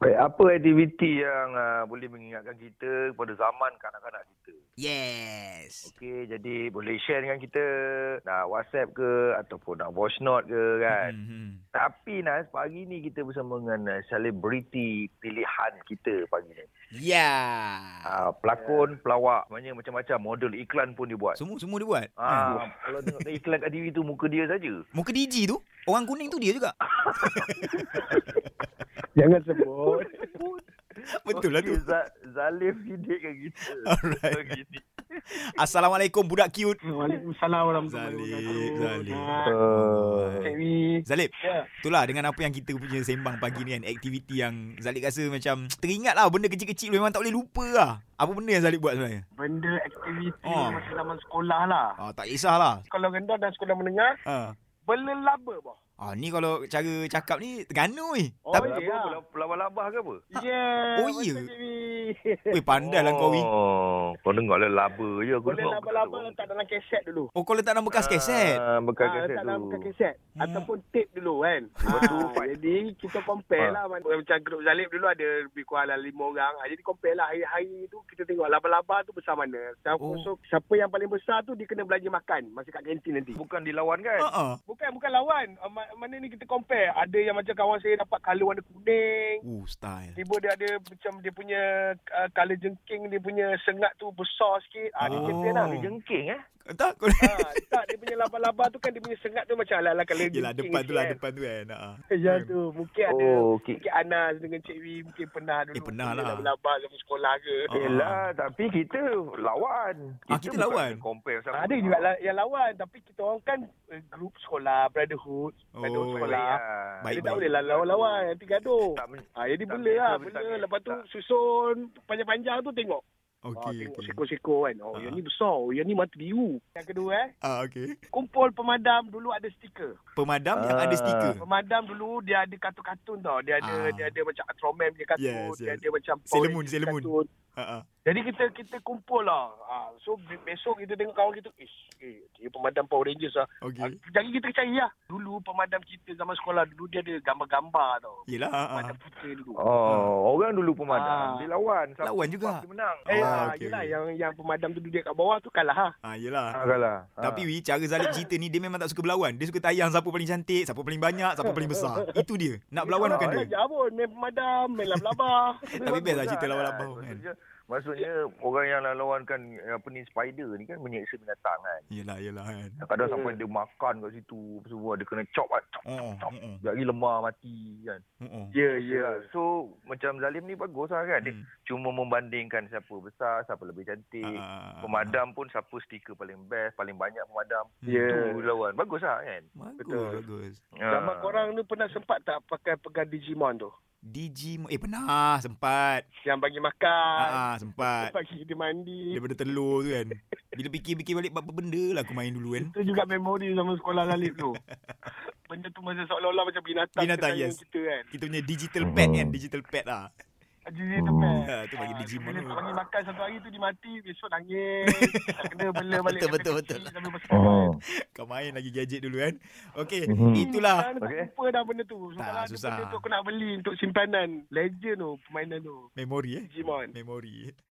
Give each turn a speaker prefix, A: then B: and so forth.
A: Baik, apa aktiviti yang uh, boleh mengingatkan kita kepada zaman kanak-kanak kita?
B: Yes.
A: Okey, jadi boleh share dengan kita nak WhatsApp ke ataupun nak voice note ke kan.
B: Mhm.
A: Tapi Nas, pagi ni kita bersama dengan uh, selebriti pilihan kita pagi ni.
B: Ya.
A: Uh, pelakon, pelawak, maknanya macam-macam model iklan pun dia buat.
B: Semua semua dia buat. Kan?
A: Ah, kalau tengok iklan kat TV tu muka dia saja.
B: Muka DJ tu, orang kuning tu dia juga.
C: Jangan sebut.
B: Betul lah tu.
A: Okey, Za- Zalif Siddiq kan kita.
B: Alright.
A: Pagi ni.
B: Assalamualaikum budak cute.
C: Waalaikumsalam warahmatullahi
B: Zalik,
C: wabarakatuh.
B: Zalik.
C: Nah,
A: Eh,
C: Kak Mi.
B: Zalib,
C: "Oh, Ya.
B: itulah dengan apa yang kita punya sembang pagi ni kan, aktiviti yang Zalib rasa macam teringat lah benda kecil-kecil memang tak boleh lupa lah. Apa benda yang Zalib buat sebenarnya?
C: Benda aktiviti
B: Oh.
C: masa zaman sekolah lah.
B: Ah, tak kisahlah.
C: Kalau rendah dan sekolah menengah,
B: Ah.
C: bela laba bah.
B: Ah, ni kalau cara cakap ni terganu weh.
C: Oh,
B: Tapi,
C: ya.
A: Apa, pelab- pelabah-labah ke apa?
C: Yeah.
B: Oh, ya?
C: betul, Kak Mi.
B: weh pandai lah kau weh.
A: Oh, kau dengar lah laba je aku
C: Boleh laba-laba letak dalam keset dulu.
B: Oh, kau letak dalam bekas kaset.
A: lah, Ah, bekas
C: Ah,
A: kaset
C: letak dalam
A: tu.
C: bekas keset.
B: Hmm.
C: Ataupun tape dulu kan.
A: Lepas tu,
C: Ah, jadi kita compare lah. Macam grup Zalib dulu ada lebih kurang dalam lima orang. Ah, Jadi compare lah hari-hari tu kita tengok laba-laba tu besar mana. Siapa,
B: Oh.
C: so, siapa yang paling besar tu dia kena belanja makan masa kat kantin nanti.
A: Bukan dilawan kan?
B: Ha ah.
C: Bukan bukan lawan. Ah, ma- Mana ni kita compare. Ada yang macam kawan saya dapat colour warna kuning.
B: Uh, style.
C: Tiba dia ada macam dia punya uh, colour jengking, dia punya sengat tu besar sikit. Ah, dia
B: Oh.
C: champion lah.
A: Dia jengking eh.
B: Tak kau.
C: Ah, tak, dia punya laba-laba tu kan dia punya sengat tu macam ala-ala colour
B: Yelah
C: jengking
B: depan tu lah
C: sikit kan.
B: Depan tu kan ha.
C: Ya tu mungkin ada
A: Oh, okey.
C: mungkin Anas dengan Cik Wee mungkin pernah dulu.
B: Eh, pernah
C: punya
B: lah.
C: Labak-labak zaman sekolah ke.
B: Ah.
A: Yelah, tapi kita lawan.
B: Ah, kita
A: bukan
B: lawan.
A: Compare sama
C: Ah, Ada juga la- yang lawan tapi kita orang kan eh, grup sekolah, brotherhood, brotherhood
B: Oh.
C: sekolah.
B: Baik,
A: Ah,
C: Baik,
B: baik.
C: tak boleh lah lawan-lawan nanti gaduh.
A: Tak men-
C: Ha, jadi
A: tak
C: bela lah,
A: biasa,
C: bela.
A: tak-
C: Lepas tu
A: tak-
C: susun panjang-panjang tu tengok. Ha,
B: Okey
C: tengok
B: okey.
C: seko-seko kan. Oh,
B: Ah.
C: yang ni besar, oh, yang ni mata biru. Yang kedua eh,
B: Ah okey.
C: kumpul pemadam dulu ada stiker.
B: Pemadam yang ada
A: Ah.
B: stiker.
C: Pemadam dulu dia ada kartun-kartun tau. Dia
B: Ah.
C: ada dia ada macam Ultraman punya kartun,
B: Yes, yes.
C: dia ada macam
B: Sailor
C: Power
B: Moon,
C: Ranger
B: Sailor Moon.
C: kartun.
B: Ha ah.
C: Jadi kita kita kumpul lah. Ha, so be- besok kita tengok kawan kita, ish, eh, dia pemadam Power Rangers lah. Ha,
B: Okey.
C: jadi kita cari lah. Dulu pemadam kita zaman sekolah dulu dia ada gambar-gambar tau.
B: Yelah ha ah.
C: Pemadam kita dulu.
A: Oh, orang dulu pemadam.
C: Ah.
A: Dia lawan. Siapa
B: Lawan juga.
A: dapat, Dia menang.
B: Ah,
C: Eh, ah,
B: okey,
C: yelah,
B: okey.
C: yang yang pemadam tu duduk kat bawah tu kalah lah.
B: Ha yelah.
A: Ah, kalah. Ah.
B: Tapi Wi, cara Zalib cerita ni dia memang tak suka berlawan. Dia suka tayang siapa paling cantik, siapa paling banyak, siapa paling besar. Itu dia. Nak berlawan bukan dia.
C: Belajar pun, main pemadam, main labah-labah.
B: Tapi best lah cerita
A: Kan?
B: lawan-lawan kan.
A: Maksudnya, maksudnya orang yang lawankan apa ni spider ni kan menyeksa binatang kan.
B: Yelah yelah kan.
A: Kadang-kadang sampai dia makan kat situ apa semua dia kena chop kan. Chop,
B: Oh
A: chop.
B: oh
A: Jadi lemah mati kan.
B: oh.
C: Ya, ya.
A: Yeah. So macam Zalim ni bagus lah kan. Dia
B: Hmm.
A: cuma membandingkan siapa besar, siapa lebih
B: Ah,
A: cantik.
C: Ah,
A: Pemadam pun siapa stiker paling best, paling banyak pemadam.
B: Ya.
A: Tu lawan. Bagus lah kan. Ah.
B: Bagus
A: Betul.
B: bagus.
C: Zaman korang ni pernah sempat tak pakai pegang Digimon tu?
B: Digimon eh pernah sempat.
C: Yang bagi makan,
B: Ha ah sempat.
C: bagi dia mandi.
B: Daripada telur tu kan Bila fikir-fikir balik Apa benda lah aku main dulu kan
C: Itu juga memori zaman sekolah Zalib tu. Benda tu macam seolah-olah macam binatang,
B: Binatang,
C: kesayangan
B: yes.
C: kita kan.
B: Kita punya digital pet kan Digital pet lah
C: Jadi tepat.
B: ha, Tu bagi Digimon
C: Ah, Bila
B: tu
C: tak bagi makan satu hari tu dia mati, besok nangis. Tak kena bela balik.
B: Betul,
C: sampai
B: betul,
C: kecil,
B: betul.
C: sampai besar.
A: Oh.
B: Kau main lagi gadget dulu kan Okay
A: Mhm.
B: Itulah
C: Sekarang Tak
A: Okey.
C: jumpa dah benda tu. Sekarang ada
B: susah.
C: Benda tu aku nak beli untuk simpanan. Legend tu, permainan tu.
B: Memori eh
C: Digimon.
B: Memori